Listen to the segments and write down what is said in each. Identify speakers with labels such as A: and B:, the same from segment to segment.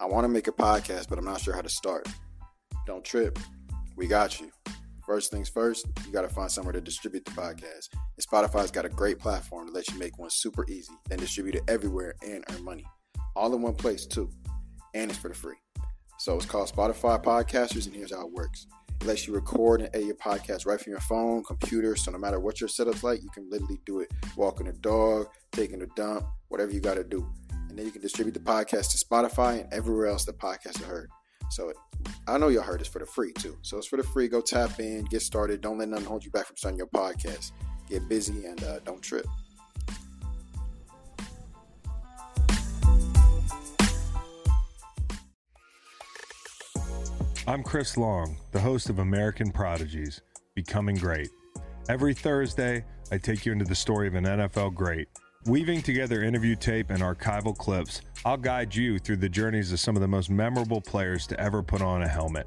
A: want to make a podcast, but I'm not sure how to start. Don't trip. We got you. First things first, you got to find somewhere to distribute the podcast. And Spotify's got a great platform to let you make one super easy, then distribute it everywhere and earn money. All in one place, too. And it's for the free. So it's called Spotify Podcasters, and here's how it works. It lets you record and edit your podcast right from your phone, computer. So no matter what your setup's like, you can literally do it walking a dog, taking a dump, whatever you got to do. And then you can distribute the podcast to Spotify and everywhere else the podcast is heard. So I know y'all heard it's for the free too. So it's for the free. Go tap in, get started. Don't let nothing hold you back from starting your podcast. Get busy and uh, don't trip.
B: I'm Chris Long, the host of American Prodigies Becoming Great. Every Thursday, I take you into the story of an NFL great. Weaving together interview tape and archival clips, I'll guide you through the journeys of some of the most memorable players to ever put on a helmet.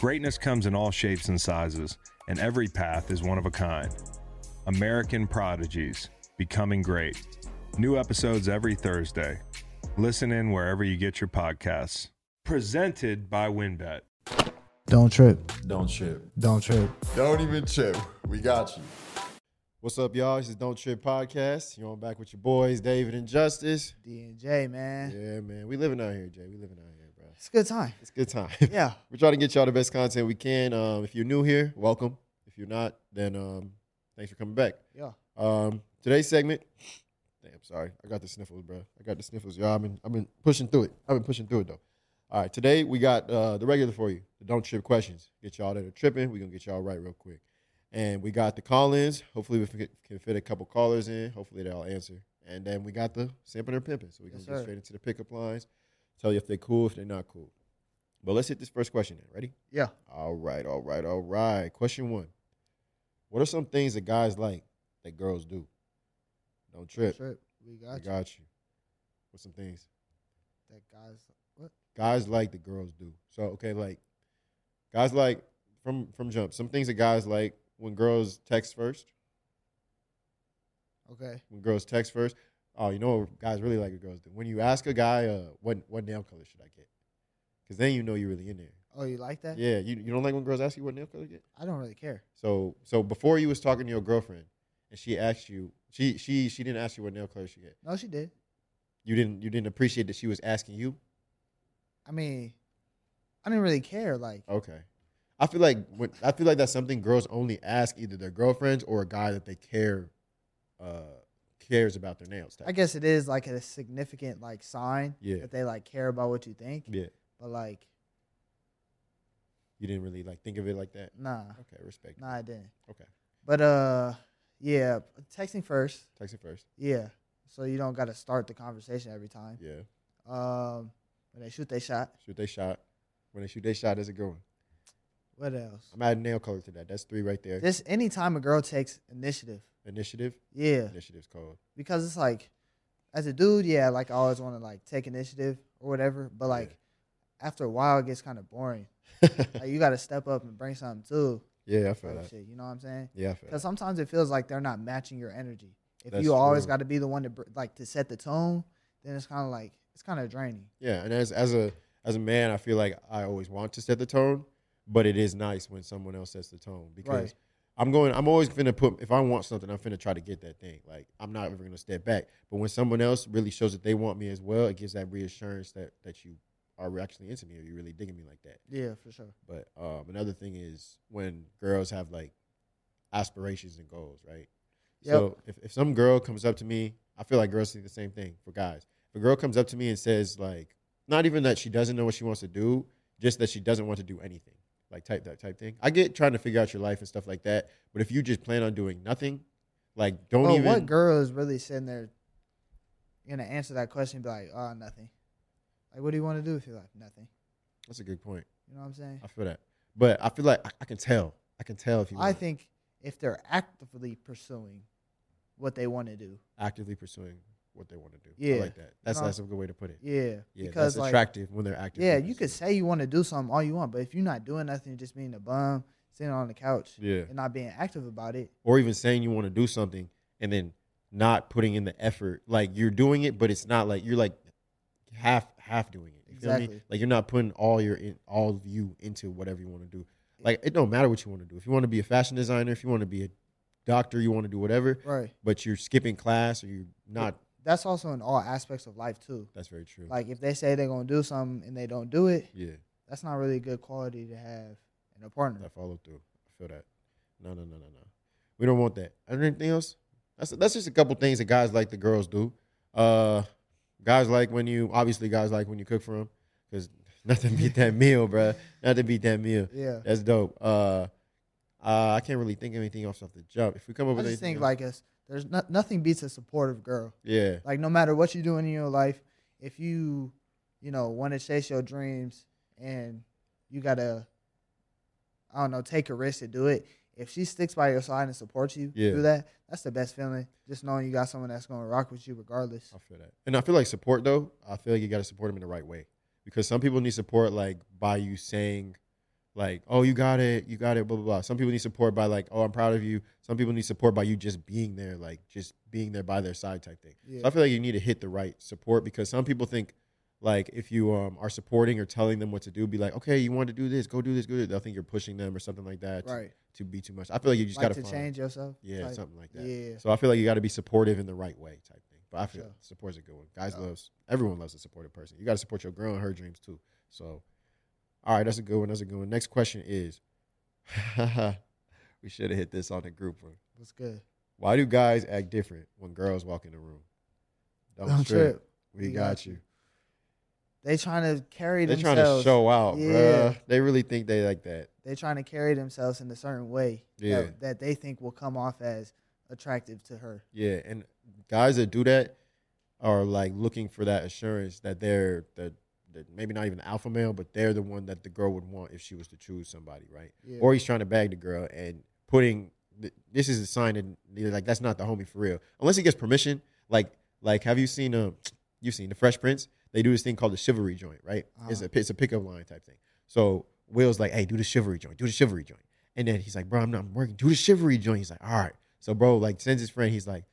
B: Greatness comes in all shapes and sizes, and every path is one of a kind. American Prodigies Becoming Great. New episodes every Thursday. Listen in wherever you get your podcasts. Presented by WinBet.
C: Don't trip.
D: Don't trip.
C: Don't trip.
D: Don't even trip. We got you.
E: What's up, y'all? This is Don't Trip Podcast. You on back with your boys, David and Justice.
C: D and J, man.
E: Yeah, man. We living out here, Jay. We living out here, bro.
C: It's a good time.
E: It's a good time.
C: Yeah.
E: We're trying to get y'all the best content we can. Um, if you're new here, welcome. If you're not, then um, thanks for coming back.
C: Yeah.
E: Um, today's segment. Damn, sorry. I got the sniffles, bro. I got the sniffles, y'all. I've been, I've been pushing through it. I've been pushing through it, though. All right, today we got uh, the regular for you. The don't trip questions. Get y'all that are tripping. We're going to get y'all right real quick. And we got the call ins. Hopefully, we fi- can fit a couple callers in. Hopefully, they'll answer. And then we got the simping or pimping. So we can
C: Yes,
E: go
C: sir.
E: straight into the pickup lines. Tell you if they're cool, if they're not cool. But let's hit this first question then. Ready?
C: Yeah.
E: All right, all right, all right. Question one What are some things that guys like that girls do? Don't trip.
C: Trip. We got
E: I
C: you.
E: got you. What's some things?
C: That guy's
E: guys like the girls do. So okay, like guys like from from jump. Some things that guys like when girls text first.
C: okay.
E: When girls text first. Oh, you know what guys really like the girls do. When you ask a guy, uh, what what nail color should I get? Because then you know you're really in there.
C: Oh, you like that?
E: Yeah, you you don't like when girls ask you what nail color to get.
C: I don't really care.
E: So so before you was talking to your girlfriend, and she asked you, she she she didn't ask you what nail color she get.
C: No, she did.
E: You didn't you didn't appreciate that she was asking you.
C: I mean, I didn't really care. Like,
E: Okay. I feel like when, I feel like that's something girls only ask either their girlfriends or a guy that they care uh, cares about their nails. type.
C: I guess it is like a significant like sign
E: Yeah.
C: that they like care about what you think.
E: Yeah.
C: But like,
E: You didn't really like think of it like that.
C: nah,
E: Okay, respect.
C: nah, I didn't.
E: Okay.
C: But uh, yeah, texting first.
E: Text it first.
C: Yeah. So you don't got to start the conversation every time.
E: Yeah.
C: Um, when they shoot, they shot.
E: Shoot they shot. When they shoot they shot, that's a good one.
C: What else?
E: I'm adding nail color to that. That's three right there.
C: Just anytime a girl takes initiative.
E: Initiative.
C: Yeah.
E: Initiative's called.
C: Because it's like, as a dude, yeah, like I always want to like take initiative or whatever. But
E: Yeah.
C: like, after a while, it gets kind of boring. Like you got to step up and bring something too.
E: yeah, I feel
C: type
E: that.
C: shit, you know what I'm saying?
E: Yeah, I feel
C: Because
E: that.
C: sometimes it feels like they're not matching your energy. If
E: That's
C: you always
E: true.
C: got to be the one to br- like to set the tone, then it's kind of like it's kind of draining.
E: Yeah, and as as a as a man, I feel like I always want to set the tone, but it is nice when someone else sets the tone because
C: Right.
E: I'm going. I'm always finna put. If I want something, I'm finna try to get that thing. Like I'm not ever gonna step back. But when someone else really shows that they want me as well, it gives that reassurance that that you are actually into me or you really digging me like that.
C: Yeah, for sure.
E: But um, another thing is when girls have like aspirations and goals, right?
C: Yep.
E: So if, if some girl comes up to me, I feel like girls think the same thing for guys. If a girl comes up to me and says, like, not even that she doesn't know what she wants to do, just that she doesn't want to do anything, like type that type thing. I get trying to figure out your life and stuff like that, but if you just plan on doing nothing, like don't
C: But
E: even
C: what girl is really sitting there gonna answer that question? And be like, oh, nothing. Like, what do you want to do if you like nothing?
E: that's a good point.
C: You know what I'm saying?
E: I feel that. But I feel like I, I can tell. I can tell if you
C: I
E: want
C: think if they're actively pursuing what they want to do,
E: actively pursuing what they want to do. I
C: Yeah.
E: like that. That's
C: No.
E: that's a good way to put it.
C: yeah,
E: Yeah,
C: because
E: that's
C: like,
E: attractive when they're active.
C: yeah, you could say you want to do something all you want, but if you're not doing nothing, just being a bum, sitting on the couch,
E: yeah,
C: and not being active about it,
E: or even saying you want to do something and then not putting in the effort. Like you're doing it, but it's not like you're like half half doing it.
C: you
E: You feel me?
C: Exactly.
E: Like you're not putting all your in, all of you into whatever you want to do. Like it don't matter what you want to do. If you want to be a fashion designer, if you want to be a doctor, you want to do whatever,
C: Right.
E: but you're skipping class or you're not.
C: That's also in all aspects of life too.
E: That's very true.
C: Like if they say they're gonna do something and they don't do it,
E: yeah,
C: that's not really a good quality to have in a partner.
E: that follow through. I feel that. No, no, no, no, no. We don't want that. Is there anything else? That's that's just a couple things that guys like the girls do. Uh, guys like when you obviously guys like when you cook for them because nothing beat that meal, bruh. Nothing beat that meal.
C: Yeah.
E: That's dope. Uh, uh, I can't really think of anything else off the jump. If we come over,
C: I just think like us. There's no, nothing beats a supportive girl.
E: yeah,
C: Like no matter what you're doing in your life, if you, you know, want to chase your dreams and you gotta, I don't know, take a risk to do it. If she sticks by your side and supports you
E: Yeah.
C: through that, that's the best feeling. Just knowing you got someone that's gonna rock with you regardless.
E: I feel that, and I feel like support though. I feel like you got to support them in the right way because some people need support like by you saying, like, "Oh, you got it, you got it," blah blah blah. Some people need support by like, "Oh, I'm proud of you." Some people need support by you just being there, like just being there by their side type thing.
C: Yeah.
E: So I feel like you need to hit the right support because some people think like if you um, are supporting or telling them what to do, be like, "Okay, you want to do this, go do this, go do this." They'll think you're pushing them or something like that.
C: Right.
E: to be too much. I feel like you just
C: like
E: gotta
C: to
E: find,
C: change yourself.
E: yeah,
C: Like,
E: something like that.
C: Yeah.
E: So I feel like you got to be supportive in the right way, type thing. But I feel
C: Sure.
E: support's a good one. Guys
C: Yeah.
E: loves everyone loves a supportive person. You got to support your girl and her dreams too. So, all right, that's a good one. That's a good one. Next question is, we should have hit this on the group one.
C: That's good.
E: Why do guys act different when girls walk in the room? Don't,
C: Don't
E: trip.
C: trip.
E: We, got, you.
C: They trying to carry
E: They're trying
C: themselves.
E: to show out,
C: Yeah.
E: bruh. They really think they like that.
C: They're trying to carry themselves in a certain way
E: Yeah.
C: that, that they think will come off as attractive to her.
E: Yeah, and guys that do that are like looking for that assurance that they're that, that maybe not even alpha male, but they're the one that the girl would want if she was to choose somebody, right?
C: Yeah.
E: Or he's trying to bag the girl and putting th- this is a sign that they're like that's not the homie for real. Unless he gets permission, like like have you seen um you've seen the Fresh Prince? They do this thing called the chivalry joint, right? It's a it's a pickup line type thing. So Will's like, hey, do the chivalry joint, do the chivalry joint. And then he's like, bro, I'm not I'm working. Do the chivalry joint. He's like, all right. So bro, like, sends his friend. He's like,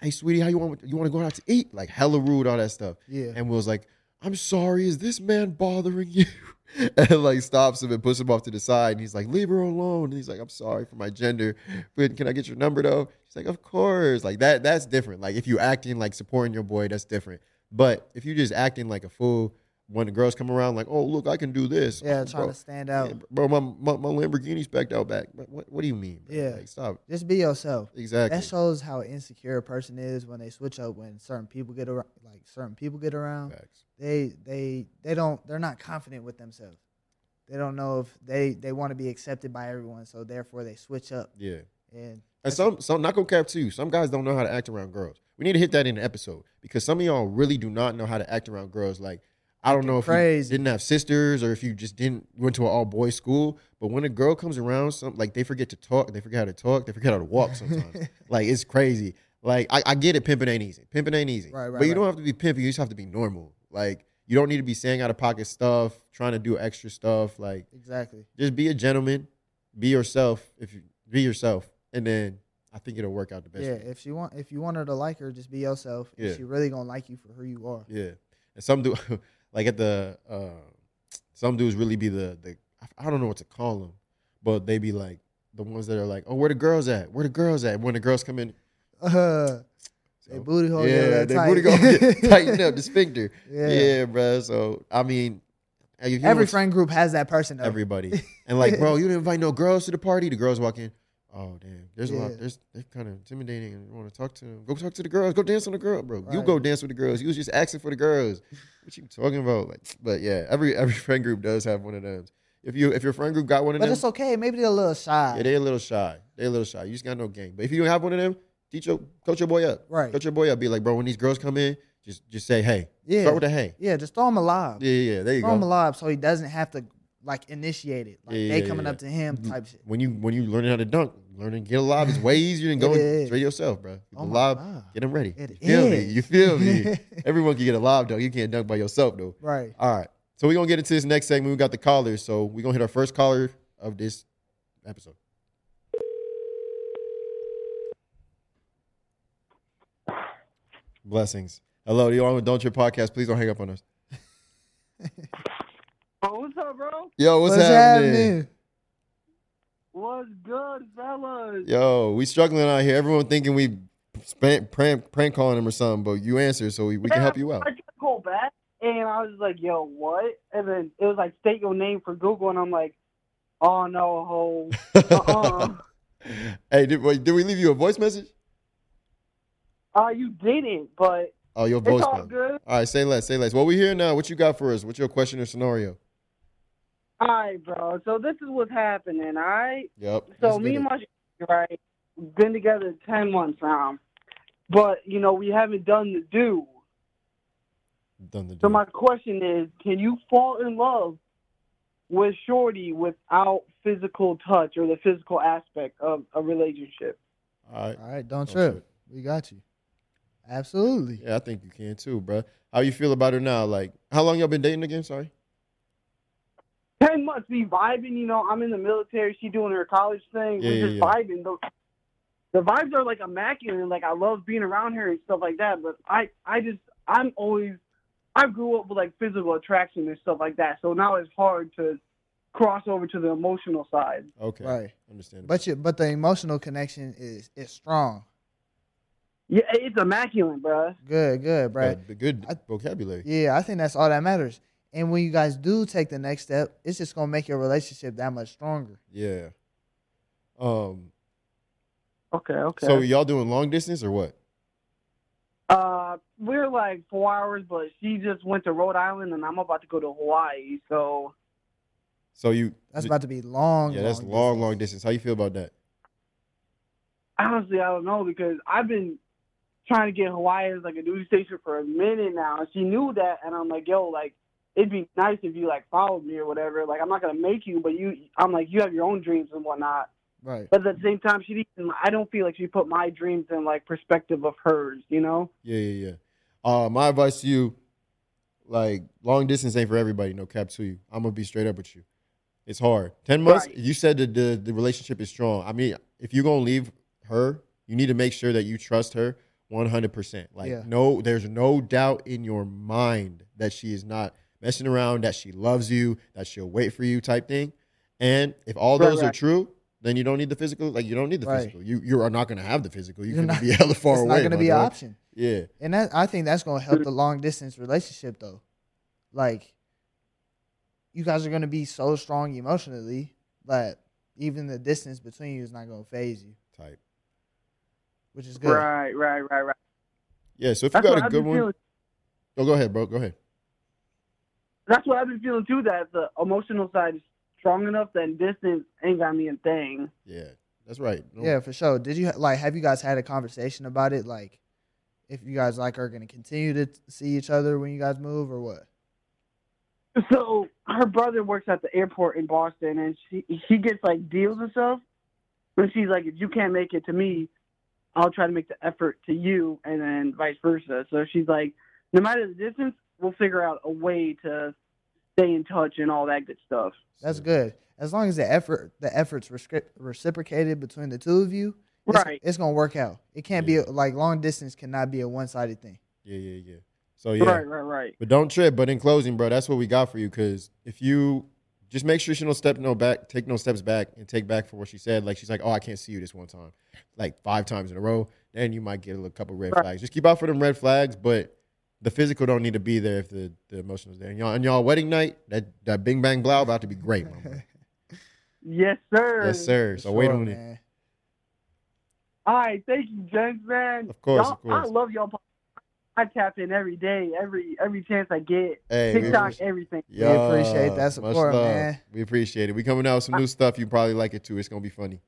E: hey, sweetie, how you want you want to go out to eat? Like, hella rude, all that stuff.
C: yeah.
E: And Will's like, I'm sorry, is this man bothering you? And like stops him and puts him off to the side. And he's like, leave her alone. And he's like, I'm sorry for my gender, but can I get your number though? She's like, of course. Like that, that's different. Like if you acting like supporting your boy, that's different. But if you just acting like a fool when the girls come around, like, oh look, I can do this.
C: yeah,
E: Oh,
C: trying
E: bro,
C: to stand out.
E: yeah, bro, my, my my Lamborghini's backed out back. What, what, what do you mean? bro?
C: Yeah.
E: like, stop.
C: Just be yourself.
E: Exactly.
C: That shows how insecure a person is when they switch up when certain people get around. Like certain people get around,
E: Facts.
C: they they they don't they're not confident with themselves. They don't know if they they want to be accepted by everyone, so therefore they switch up
E: Yeah.
C: and
E: And some, some not gonna cap to you. Some guys don't know how to act around girls. We need to hit that in an episode because some of y'all really do not know how to act around girls. Like I don't know if
C: Crazy.
E: you didn't have sisters or if you just didn't went to an all boys school. But when a girl comes around, some like they forget to talk, they forget how to talk, they forget how to walk sometimes. like it's crazy. Like I, I get it, pimping ain't easy. Pimping ain't easy.
C: Right, right,
E: But you
C: right.
E: don't have to be pimping. You just have to be normal. Like you don't need to be saying out of pocket stuff, trying to do extra stuff. Like
C: exactly.
E: just be a gentleman, be yourself. If you be yourself, and then I think it'll work out the best.
C: yeah,
E: for you.
C: if she want if you want her to like her, just be yourself.
E: Yeah.
C: And she really gonna like you for who you are.
E: yeah. And some do like at the uh, some dudes really be the the I don't know what to call them, but they be like the ones that are like, oh, where the girls at? Where the girls at? When the girls come in,
C: Uh,
E: so,
C: they booty hole.
E: yeah,
C: oh, Yeah,
E: they booty gonna get- tighten up the sphincter.
C: Yeah.
E: Yeah, bro. So I mean, if you
C: Every
E: want-
C: friend group has that person. Though.
E: everybody. And like, bro, you didn't invite no girls to the party. The girls walk in. Oh damn, there's a lot.
C: Yeah.
E: There's they're kind of intimidating, and you want to talk to them. Go talk to the girls. Go dance on the girl, bro. You
C: Right.
E: go dance with the girls. You was just asking for the girls. What you talking about? Like, but yeah, every every friend group does have one of them. If you if your friend group got one of
C: but
E: them,
C: it's okay. Maybe they're a little shy.
E: yeah, they a little shy. They a little shy. You just got no game. But if you don't have one of them, teach your coach your boy up.
C: Right.
E: Coach your boy up. Be like, bro, when these girls come in, just just say hey.
C: Yeah.
E: Start with a hey.
C: Yeah, just throw him alive.
E: Yeah, yeah. yeah. There you
C: throw
E: go.
C: him alive so he doesn't have to like initiate it. Like
E: Yeah,
C: they
E: yeah,
C: coming
E: yeah.
C: up to him type shit.
E: when you when you learn how to dunk, learning get alive is way easier than going
C: is.
E: straight yourself, bro. Get
C: Oh my
E: alive,
C: God.
E: get them ready.
C: It
E: you feel
C: is.
E: me? You feel me? Everyone can get a live dunk. You can't dunk by yourself though.
C: Right.
E: All right. So we're gonna get into this next segment. We got the callers, so we're gonna hit our first caller of this episode. Blessings. Hello, you on with Don't Trip Podcast. Please don't hang up on us. Yo, what's, happening?
F: What's good, fellas?
E: Yo, we struggling out here. Everyone thinking we spank, prank, prank calling him or something, but you answer, so we, we can help you out.
F: I just called back and I was like, yo, what? And then it was like, state your name for Google. And I'm like, oh, no, ho. Uh-uh.
E: hey, did, wait, did we leave you a voice message?
F: uh, you didn't, but
E: Oh, your
F: it's
E: voice
F: all
E: message.
F: good.
E: All right, say less, say less. What we here now? What you got for us? What's your question or scenario?
F: All right, bro. So this is what's happening, all right?
E: Yep.
F: So
E: let's
F: me
E: get
F: and
E: it.
F: my sh- right, been together ten months now, but you know we haven't done the do.
E: Done the
F: So
E: deal.
F: my question is, can you fall in love with shorty without physical touch or the physical aspect of a relationship?
E: All right.
C: All right, don't
E: Don't
C: trip.
E: trip.
C: We got you. Absolutely.
E: Yeah, I think you can too, bro. How you feel about her now? Like, how long y'all been dating again? Sorry.
F: Ten months, we vibing. You know, I'm in the military. She doing her college thing.
E: Yeah,
F: we
E: yeah,
F: just
E: yeah.
F: vibing. The, the vibes are like immaculate. Like I love being around her and stuff like that. But I, I just, I'm always, I grew up with like physical attraction and stuff like that. So now it's hard to cross over to the emotional side.
E: Okay.
C: Right.
E: Understandable.
C: But you, but the emotional connection is is strong.
F: Yeah, it's immaculate, bruh.
C: Good, good,
E: Got
C: Brad.
E: a good
C: I-
E: vocabulary.
C: Yeah, I think that's all that matters. And when you guys do take the next step, it's just gonna make your relationship that much stronger.
E: Yeah. Um.
F: Okay, okay.
E: So y'all doing long distance or what?
F: uh, we're like four hours, but she just went to Rhode Island, and I'm about to go to Hawaii. So
E: So you.
C: That's about to be long.
E: Yeah, that's
C: long
E: long,
C: distance.
E: long distance. How you feel about that?
F: honestly, I don't know because I've been trying to get Hawaii as like a duty station for a minute now, and she knew that, and I'm like, yo, like it'd be nice if you like followed me or whatever. Like I'm not gonna make you, but you, I'm like, you have your own dreams and whatnot.
C: Right.
F: But at the same time, she didn't. I don't feel like she put my dreams in like perspective of hers, you know.
E: Yeah, yeah, yeah. Uh, my advice to you, like long distance ain't for everybody. No cap to you. I'm gonna be straight up with you. It's hard. Ten months.
F: Right.
E: You said that the the relationship is strong. I mean, if you're gonna leave her, you need to make sure that you trust her 100. percent Like
C: Yeah.
E: no, there's no doubt in your mind that she is not messing around. That she loves you. That she'll wait for you. Type thing. And if all
F: Right,
E: those are
F: right.
E: true, then you don't need the physical. Like you don't need the
C: Right.
E: physical. You you are not gonna have the physical. You
C: You're
E: can
C: not-
E: be hella far
C: it's
E: away.
C: not gonna
E: my
C: be an
E: dog.
C: option.
E: Yeah.
C: And that I think that's gonna help the long distance relationship though. Like you guys are gonna be so strong emotionally that even the distance between you is not gonna phase you,
E: Type.
C: which is good.
F: Right, right, right, right.
E: Yeah, so if you
F: That's what
E: got a
F: I've
E: good
F: been
E: one,
F: feeling.
E: oh, go ahead, bro. Go ahead.
F: That's what I've been feeling too. That the emotional side is strong enough that distance ain't got me a thing.
E: Yeah, that's right. No-
C: Yeah, for sure. Did you like have you guys had a conversation about it? Like if you guys like are gonna continue to t- see each other when you guys move or what?
F: So her brother works at the airport in Boston, and she she gets like deals and stuff. And she's like, if you can't make it to me, I'll try to make the effort to you, and then vice versa. So she's like, no matter the distance, we'll figure out a way to stay in touch and all that good stuff.
C: That's
E: so-
C: good. As long as the effort the efforts rescri- reciprocated between the two of you, it's,
F: Right.
C: it's gonna work out. It can't
E: Yeah.
C: be a- like long distance cannot be a one sided thing.
E: Yeah, yeah, yeah. So yeah,
F: Right, right, right.
E: but don't trip. But in closing, bro, that's what we got for you. Because if you just make sure she don't step no back, take no steps back, and take back for what she said. Like she's like, oh, I can't see you this one time, like five times in a row. Then you might get a little couple red
F: Right.
E: flags. Just keep out for them red flags, but. The physical don't need to be there if the, the emotional's there. And y'all, and y'all wedding night, that, that bing bang blow about to be great, my boy.
F: Yes, sir.
E: Yes, sir.
C: For
E: So wait
C: sure,
E: on it.
C: man.
F: All right, thank you, gents, man.
E: Of course,
F: Y'all-
E: of course.
F: I love y'all. po- I tap in every day, every every chance I get.
E: Hey, we-
F: TikTok, everything.
C: We appreciate
E: Yeah,
C: that
E: much
C: support,
E: love.
C: man.
E: We appreciate it. We coming out with some new stuff. You probably like it too. It's gonna be funny.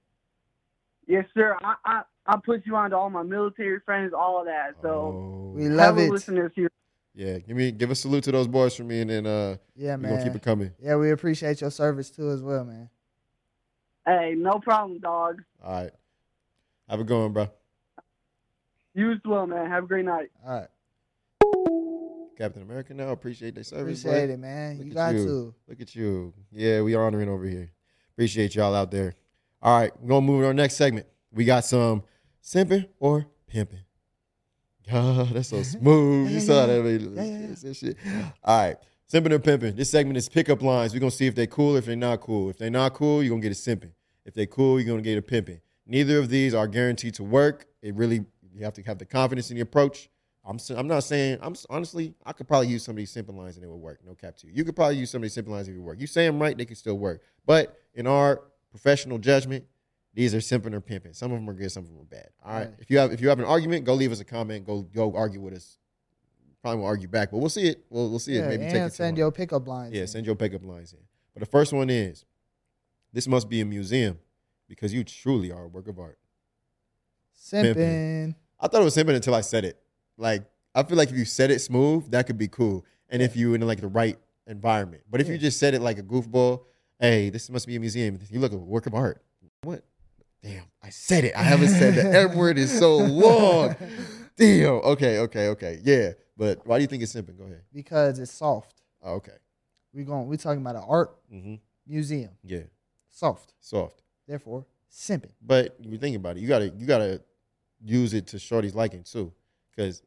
F: Yes, sir. I I, I put you on to all my military friends, all of that. So
E: Oh,
C: We love
F: fellow
C: it.
F: listeners here.
E: yeah, give me give a salute to those boys for me, and then uh,
C: Yeah,
E: we gonna keep
C: man.
E: it coming.
C: Yeah, we appreciate your service too as well, man.
F: Hey, no problem, dog.
E: All right, have a good one, bro.
F: You as well, man. Have a great night.
C: All right.
E: Captain America now. Appreciate their service.
C: Appreciate
E: boy.
C: it, man.
E: Look
C: you
E: at
C: got
E: you.
C: to.
E: Look at you. Yeah, we honoring over here. Appreciate y'all out there. All right, we're gonna move to our next segment. We got some simping or pimping. God, that's so smooth. you saw that.
C: Yeah, yeah, yeah.
E: that shit. All right. Simping or pimping. This segment is pickup lines. We're gonna see if they cool, if they're not cool. If they're not cool, you're gonna get a simping. If they cool, you're gonna get a pimping. Neither of these are guaranteed to work. It really you have to have the confidence in the approach. I'm s- I'm not saying I'm s- honestly I could probably use some of these simple lines and it would work. No cap to you. You could probably use some of these simple lines if it would work. You say them right, they could still work. But in our professional judgment, these are simping or pimping. Some of them are good, some of them are bad. All right.
C: Right.
E: If you have if you have an argument, go leave us a comment. Go go argue with us. Probably won't argue back, but we'll see it. We'll we'll see
C: Yeah,
E: it. Maybe
C: and
E: take it to
C: send
E: one.
C: your pickup lines.
E: Yeah,
C: in.
E: send your pickup lines in. But the first one is this must be a museum because you truly are a work of art.
C: Simping.
E: I thought it was simping until I said it. Like I feel like if you said it smooth, that could be cool. And if you in like the right environment. But if you
C: Yeah.
E: just said it like a goofball, hey, this must be a museum. You look a work of art. What? Damn, I said it. I haven't said the F word in so long. Damn. Okay, okay, okay. Yeah. But why do you think it's simping? Go ahead.
C: Because it's soft.
E: Oh, okay.
C: We going we talking about an art
E: Mm-hmm.
C: museum.
E: Yeah.
C: Soft.
E: Soft.
C: Therefore, simping.
E: But you think about it, you gotta you gotta use it to shorty's liking too, because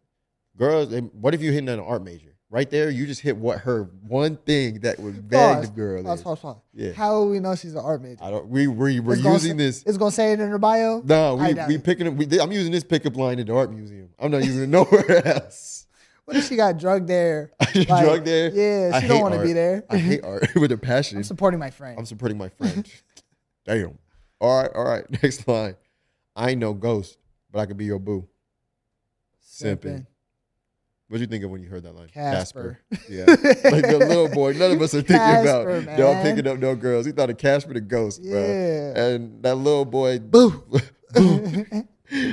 E: girls. they- What if you hitting on an art major? Right there, you just hit what her one thing that would bag
C: Pause.
E: the girl.
C: Pause,
E: is.
C: pause, pause.
E: Yeah.
C: How will we know she's an art major?
E: I don't. We we we're
C: It's gonna
E: using
C: say-
E: this.
C: It's gonna say it in her bio.
E: No,
C: I
E: we
C: doubt
E: we
C: it.
E: picking up. We, I'm using this pickup line at the art museum. I'm not using it nowhere else.
C: What if she got drugged there?
E: I just
C: Like,
E: drug there.
C: Yeah,
E: I
C: she don't
E: hate
C: want to
E: art.
C: be there.
E: I hate art with a passion.
C: I'm supporting my friend.
E: I'm supporting my friend. Damn. All right, all right. Next line. I ain't no ghost, but I could be your boo. Simping. What'd you think of when you heard that line?
C: Casper.
E: Yeah. like the little boy, none of us are thinking
C: Casper,
E: about y'all
C: man.
E: picking up no girls. He thought of Casper the ghost, bro.
C: Yeah.
E: And that little boy, boo, boo.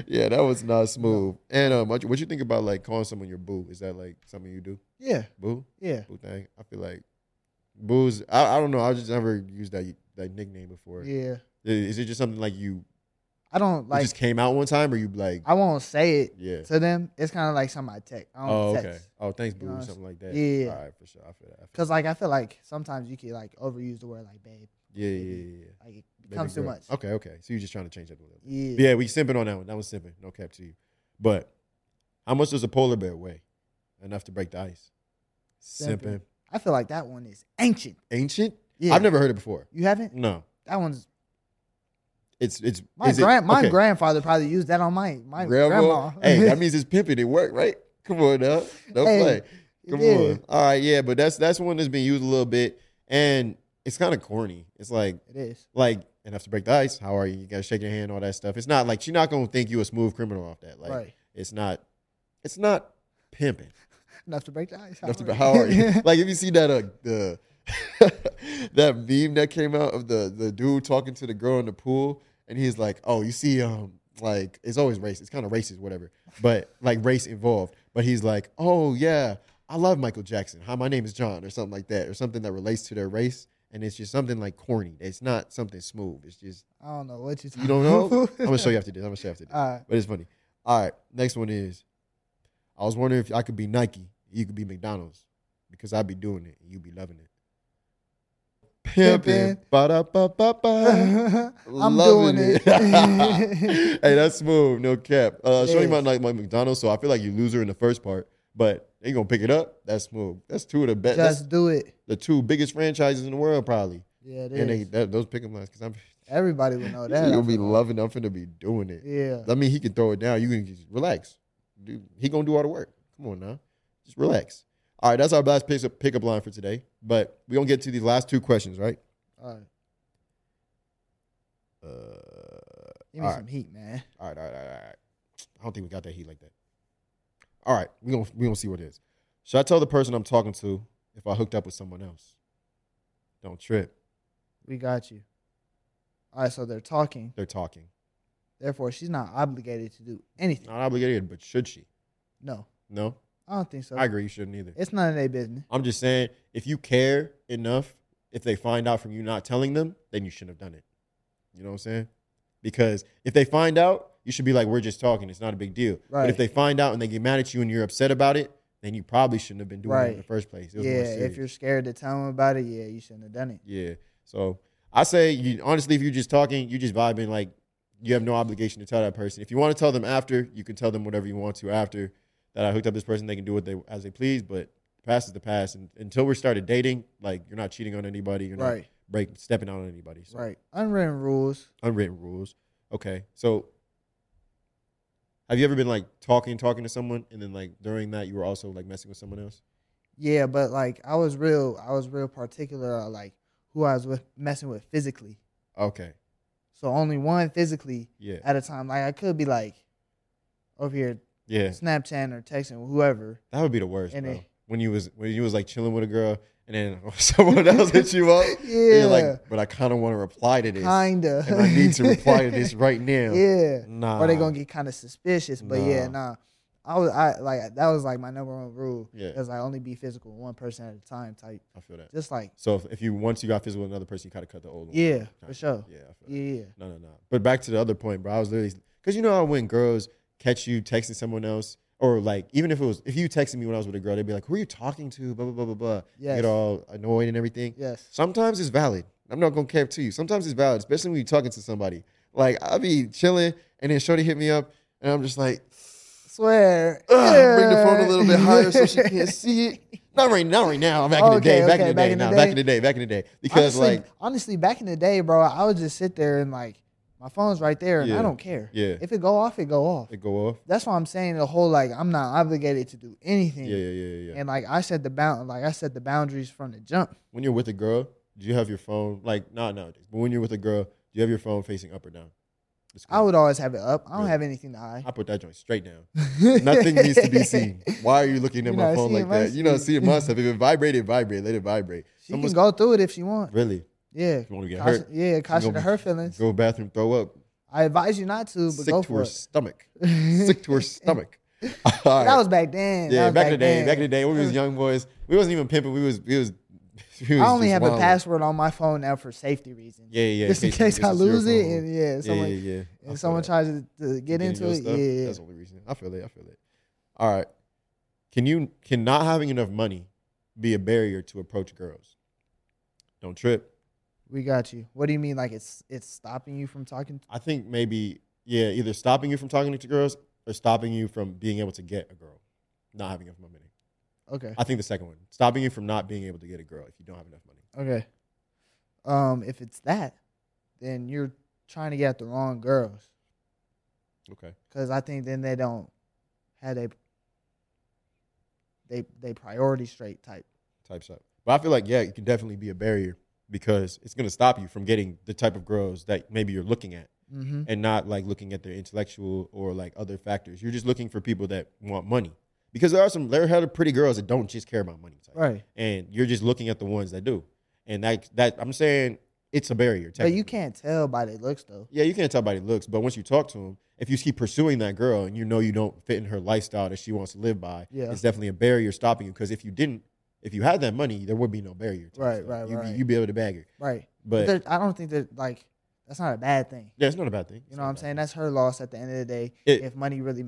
E: yeah, that was not smooth. And um, what you, what you think about like calling someone your boo? Is that like something you do?
C: yeah.
E: Boo,
C: Yeah.
E: boo thing. I feel like boo's. I, I don't know. I just never used that that nickname before.
C: Yeah.
E: Is it just something like you
C: I don't
E: it
C: like.
E: just came out one time, or you like,
C: I won't say it
E: yeah?
C: to them. It's kind of like something I text. I don't
E: Oh,
C: text.
E: okay. Oh, thanks, boo,
C: know,
E: or
C: it's-
E: something like that.
C: yeah.
E: All right, for sure. I feel that. I feel
C: Cause like I feel like sometimes you could like overuse the word like babe.
E: that. Yeah, yeah, yeah, yeah.
C: Like it
E: Baby
C: becomes too
E: girl.
C: much.
E: Okay, okay. So you're just trying to change up a little bit.
C: Yeah.
E: Yeah, we simping on that one. That was simping. No cap to you. But how much does a polar bear weigh? Enough to break the ice. Simping.
C: Simping. I feel like that one is ancient.
E: Ancient?
C: Yeah.
E: I've never heard it before.
C: You haven't?
E: No.
C: That one's
E: It's it's
C: my
E: is it-
C: grand. my
E: okay.
C: grandfather probably used that on my my grandma.
E: Hey, that means it's pimping. It worked, right? Come on now. Don't
C: Hey,
E: play.
C: it
E: Come
C: did.
E: on. All right, yeah, but that's that's one that's been used a little bit. And it's kind of corny. It's like
C: It is.
E: like enough to break the ice. How are you? You gotta shake your hand, all that stuff. It's not like she's not gonna think you a smooth criminal off that. Like
C: right.
E: it's not it's not pimping.
C: Enough to break the ice.
E: Enough to be- how are you? like if you see that uh the that meme that came out of the the dude talking to the girl in the pool and he's like, Oh, you see, um like it's always race, it's kind of racist, whatever. But like race involved. But he's like, Oh yeah, I love Michael Jackson. Hi, my name is John, or something like that, or something that relates to their race. And it's just something like corny. It's not something smooth. It's just
C: I don't know what you.
E: you don't know. I'm gonna show you after this. I'm gonna show you after this.
C: All right.
E: But it's funny. All right, next one is I was wondering if I could be Nike, you could be McDonald's because I'd be doing it and you'd be loving it. Pimping.
C: Pimpin'.
E: Ba-da-ba-ba-ba.
C: I'm
E: Loving
C: doing it.
E: hey, that's smooth. No cap. Uh,
C: It
E: Shorty might
C: is.
E: like my McDonald's, so I feel like you lose her in the first part, but they gonna pick it up. That's smooth. That's two of the best. That's
C: Just do it.
E: the two biggest franchises in the world, probably.
C: Yeah, it
E: And they,
C: is.
E: that, those pick 'em lines, because I'm
C: Everybody would know Oh, that.
E: you'll be loving. I'm finna be doing it.
C: Yeah.
E: I mean, he can throw it down. You can just relax. Dude, he gonna do all the work. Come on now, just relax. All right, that's our last pick pickup line for today. But we gonna get to these last two questions, right?
C: All right.
E: Uh,
C: Give me
E: All
C: some heat, man.
E: all right, all right, all right, all right. I don't think we got that heat like that. All right, we gonna we gonna see what it is. Should I tell the person I'm talking to if I hooked up with someone else? Don't trip.
C: We got you. All right, so they're talking.
E: They're talking.
C: Therefore, she's not obligated to do anything.
E: Not obligated, but should she?
C: No,
E: No,
C: I don't think so.
E: I agree. You shouldn't either.
C: It's none of their business.
E: I'm just saying, if you care enough, if they find out from you not telling them, then you shouldn't have done it. You know what I'm saying? Because if they find out, you should be like, we're just talking. It's not a big deal. But
C: Right.
E: if they find out and they get mad at you and you're upset about it, then you probably shouldn't have been doing it in
C: Right.
E: the first place. It was
C: Yeah,
E: more
C: if
E: serious.
C: you're scared to tell them about it, yeah, you shouldn't have done it.
E: yeah. So I say, you, honestly, if you're just talking, you're just vibing. Like you have no obligation to tell that person. If you want to tell them after, you can tell them whatever you want to after that. I hooked up this person. They can do what they as they please. But Past is the past. And until we started dating, like you're not cheating on anybody. You're not
C: Right.
E: break stepping out on anybody. So
C: Right. Unwritten rules.
E: unwritten rules. Okay, so have you ever been like talking, talking to someone, and then like during that you were also like messing with someone else?
C: Yeah, but like I was real, I was real particular, uh, like who I was with, messing with physically.
E: Okay,
C: So only one physically
E: yeah,
C: at a time. Like I could be like over here
E: yeah.
C: Snapchatting or texting whoever.
E: That would be the worst,
C: And
E: bro.
C: it-
E: when you was when you was like chilling with a girl, and then someone else hit you up.
C: Yeah,
E: and Oh, you're like, but I kind of want to reply to this,
C: kinda.
E: and I need to reply to this right now.
C: yeah.
E: Nah,
C: Or they gonna get kind of suspicious. But yeah, nah. I was I like that was like my number one rule.
E: Yeah.
C: It was like only be physical with one person at a time type.
E: I feel that.
C: Just like
E: So if, if you once you got physical with another person, you kind of cut the old one.
C: Yeah,
E: Kinda.
C: for sure.
E: Yeah, I feel that.
C: Yeah.
E: No, no, no. But back to the other point, bro. I was literally because you know how when girls catch you texting someone else, or like even if it was if you texted me when I was with a girl, they'd be like, "Who are you talking to?" Blah blah blah blah blah. You
C: Yes.
E: Get all annoyed and everything.
C: Yes.
E: Sometimes it's valid. I'm not gonna care to you. Sometimes it's valid, especially when you're talking to somebody. Like I'll be chilling, and then Shorty hit me up, and I'm just like,
C: Swear.
E: "Ugh, bring the phone a little bit
C: Yeah.
E: higher so she can't see it. Not right, not right now. Back in the
C: Okay,
E: day, back
C: okay,
E: in the
C: back
E: day,
C: in the
E: nah, back
C: day.
E: in the day, back in the day. Because
C: honestly,
E: like,
C: honestly, back in the day, bro, I would just sit there and like my phone's right there and
E: Yeah.
C: I don't care.
E: Yeah.
C: If it go off, it go off.
E: it go off.
C: That's why I'm saying the whole like I'm not obligated to do anything.
E: Yeah, yeah, yeah, yeah. yeah.
C: And like I set the bound like I set the boundaries from the jump.
E: when you're with a girl, do you have your phone like not nowadays, but when you're with a girl, do you have your phone facing up or down? The screen.
C: I would always have it up. I don't
E: Really?
C: have anything to hide.
E: I put that joint straight down. Nothing needs to be seen. Why are you looking at
C: You're
E: my
C: not
E: phone
C: seeing
E: like
C: my
E: that? You know,
C: screen.
E: seeing my stuff. If it vibrate, it vibrate. Let it vibrate.
C: She
E: Someone's
C: can go through it if she wants.
E: really.
C: Yeah.
E: You want to get
C: Caution-
E: hurt?
C: yeah, caution
E: go-
C: to her feelings.
E: Go to the bathroom, throw up.
C: I advise you not to, but
E: sick
C: go
E: to her
C: for it.
E: stomach. sick to her stomach. All
C: But
E: right.
C: That was back then. That
E: yeah,
C: was
E: back, in the day.
C: then.
E: Back in the day, when we was young boys, we wasn't even pimping. We was we was. We was
C: I only
E: just
C: have a
E: wilding.
C: password on my phone now for safety reasons.
E: Yeah, yeah. yeah,
C: Just in case
E: this
C: I
E: is your
C: lose it,
E: phone.
C: and yeah, someone,
E: yeah, yeah, yeah. I feel
C: And someone
E: that.
C: tries to, to get
E: Getting
C: into
E: your
C: it.
E: stuff,
C: Yeah,
E: that's the only reason. I feel it. I feel it. All right. Can you can not having enough money be a barrier to approach girls? Don't trip.
C: we got you. What do you mean? Like it's it's stopping you from talking? To,
E: I think maybe yeah, either stopping you from talking to girls or stopping you from being able to get a girl. Not having enough money.
C: okay,
E: I think the second one, stopping you from not being able to get a girl if you don't have enough money.
C: okay. Um, if it's that, then you're trying to get at the wrong girls
E: Okay.
C: because I think then they don't have they they they priority straight type.
E: Types up. But I feel like yeah, it can definitely be a barrier because it's going to stop you from getting the type of girls that maybe you're looking at.
C: Mm-hmm.
E: and not like looking at their intellectual or like other factors. You're just looking for people that want money because there are some there are pretty girls that don't just care about money, type.
C: Right,
E: And you're just looking at the ones that do, and that that I'm saying it's a barrier.
C: but you
E: technically.
C: can't tell by their looks though.
E: Yeah, you can't tell by the looks, but once you talk to them, if you keep pursuing that girl and you know you don't fit in her lifestyle that she wants to live by,
C: Yeah.
E: it's definitely a barrier stopping you. Because if you didn't, if you had that money, there would be no barrier. type
C: Right,
E: stuff.
C: right,
E: you'd
C: right.
E: Be, you'd be able to bag her,
C: Right,
E: but
C: There- I don't think that like that's not a bad thing.
E: yeah, it's not a bad thing.
C: You know what I'm saying? That's her loss at the end of the day.
E: It-
C: if money really,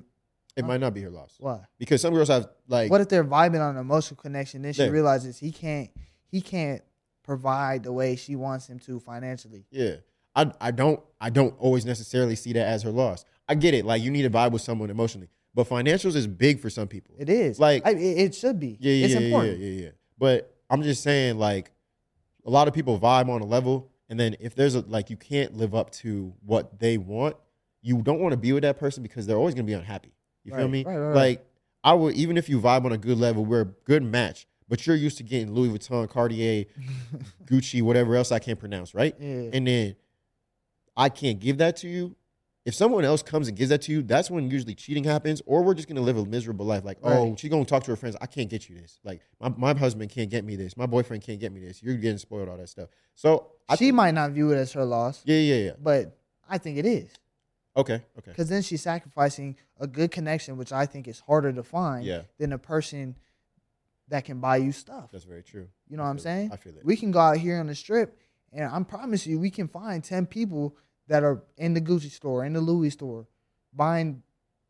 E: it might not be her loss
C: why?
E: because some girls have like
C: what if they're vibing on an emotional connection? Then she
E: Yeah.
C: realizes he can't he can't provide the way she wants him to financially.
E: Yeah. I I don't I don't always necessarily see that as her loss. I get it. Like you need to vibe with someone emotionally. But financials is big for some people.
C: It is
E: Like-
C: I, it, it should be.
E: Yeah, yeah,
C: it's
E: yeah,
C: important.
E: yeah, yeah, yeah. But I'm just saying, like, a lot of people vibe on a level, and then if there's a like you can't live up to what they want, you don't want to be with that person because they're always gonna be unhappy. You feel
C: Right,
E: me?
C: right, right, right.
E: Like I would even if you vibe on a good level, we're a good match, but you're used to getting Louis Vuitton, Cartier, Gucci, whatever else I can't pronounce, right?
C: Yeah.
E: And then I can't give that to you. If someone else comes and gives that to you, that's when usually cheating happens, or we're just gonna live a miserable life. Like, oh,
C: Right.
E: she gonna talk to her friends. I can't get you this. Like, my, my husband can't get me this. My boyfriend can't get me this. You're getting spoiled, all that stuff. So I
C: she might not view it as her loss,
E: yeah, yeah, yeah.
C: but I think it is
E: Okay, okay.
C: because then she's sacrificing a good connection, which I think is harder to find
E: Yeah.
C: than a person that can buy you stuff.
E: That's very true.
C: You know
E: I
C: what I'm
E: feel-
C: saying?
E: I feel it.
C: We can go out here on the strip, and I promise you, we can find ten people that are in the Gucci store, in the Louis store, buying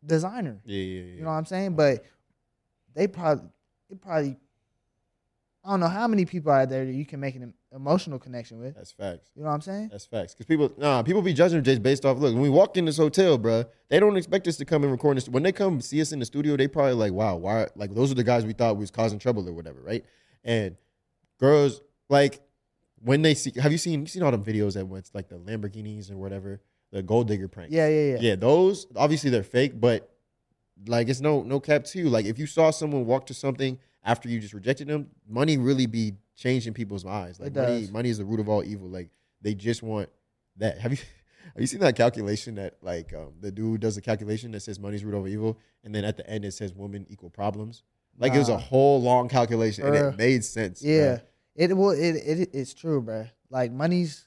C: designer.
E: yeah, yeah, yeah.
C: You know what I'm saying? But they probably it probably I don't know how many people out there that you can make an em- emotional connection with.
E: That's facts.
C: You know what I'm saying?
E: That's facts. Because people, nah, people be judging just based off. Look, when we walked in this hotel, bruh, they don't expect us to come and record this. When they come see us in the studio, they probably like, wow, why? Like those are the guys we thought was causing trouble or whatever, right? And girls, like when they see, have you seen? You seen all them videos that went like the Lamborghinis or whatever, the gold digger prank.
C: Yeah, yeah, yeah.
E: yeah those obviously they're fake but like it's no no cap to you like if you saw someone walk to something after you just rejected them money really be changing people's minds like
C: It
E: money
C: does.
E: money is the root of all evil like they just want that have you have you seen that calculation that like um, the dude does a calculation that says money's root of all evil and then at the end it says women equal problems like it was a
C: Nah.
E: whole long calculation and
C: Bruh.
E: it made sense bruh.
C: Yeah. It will. It, it it's true, bruh. Like money's,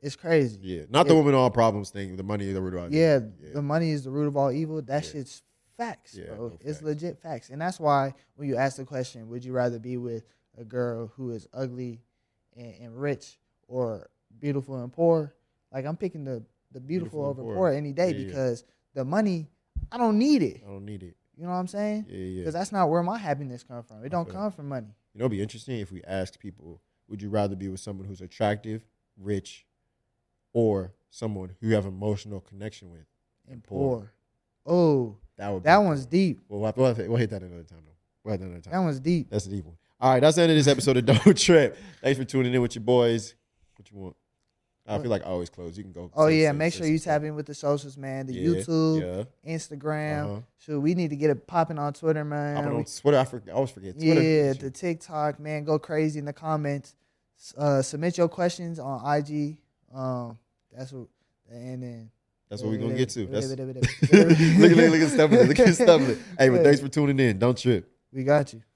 C: it's crazy. Yeah,
E: yeah not the
C: Yeah.
E: women all problems thing the money the root of all evil.
C: the money is the root of all evil. That
E: Yeah.
C: shit's facts,
E: Yeah,
C: bro.
E: no
C: It's
E: facts.
C: legit facts, and that's why when you ask the question, would you rather be with a girl who is ugly and, and rich, or beautiful and poor? Like I'm picking the the beautiful,
E: Beautiful and
C: over
E: poor.
C: poor. any day
E: Yeah, yeah.
C: because the money, I don't need it.
E: i don't need it
C: You know what I'm saying?
E: yeah yeah
C: Because that's not where my happiness comes from. It don't
E: feel you.
C: come from money.
E: You know, it'd be interesting if we asked people, would you rather be with someone who's attractive, rich, or someone who you have emotional connection with?
C: And
E: Poor.
C: poor. Oh,
E: That would.
C: that
E: be
C: one's deep.
E: Well, we'll, have- we'll, have to- we'll hit that another time, though. We'll hit that another time.
C: That one's deep.
E: That's an evil. All right, that's the end of this episode of Don't Trip. Thanks for tuning in with your boys. What you want? I feel like I always close. You can go.
C: Oh
E: say-
C: yeah,
E: say-
C: make
E: say
C: sure you
E: some stuff.
C: tap in with the socials, man. The
E: Yeah,
C: YouTube,
E: Yeah.
C: Instagram.
E: Uh-huh.
C: So we need to get it popping on Twitter, man.
E: I'm
C: We-
E: on Twitter. I, forget, I always forget. Twitter.
C: yeah, the TikTok, man. Go crazy in the comments. S- Uh, submit your questions on IG. Um, that's what. And then
E: That's what we're gonna get to. That's look at
C: look
E: look at look at Stephen. Look at Stephen. Hey, but thanks for tuning in. Don't trip.
C: We got you.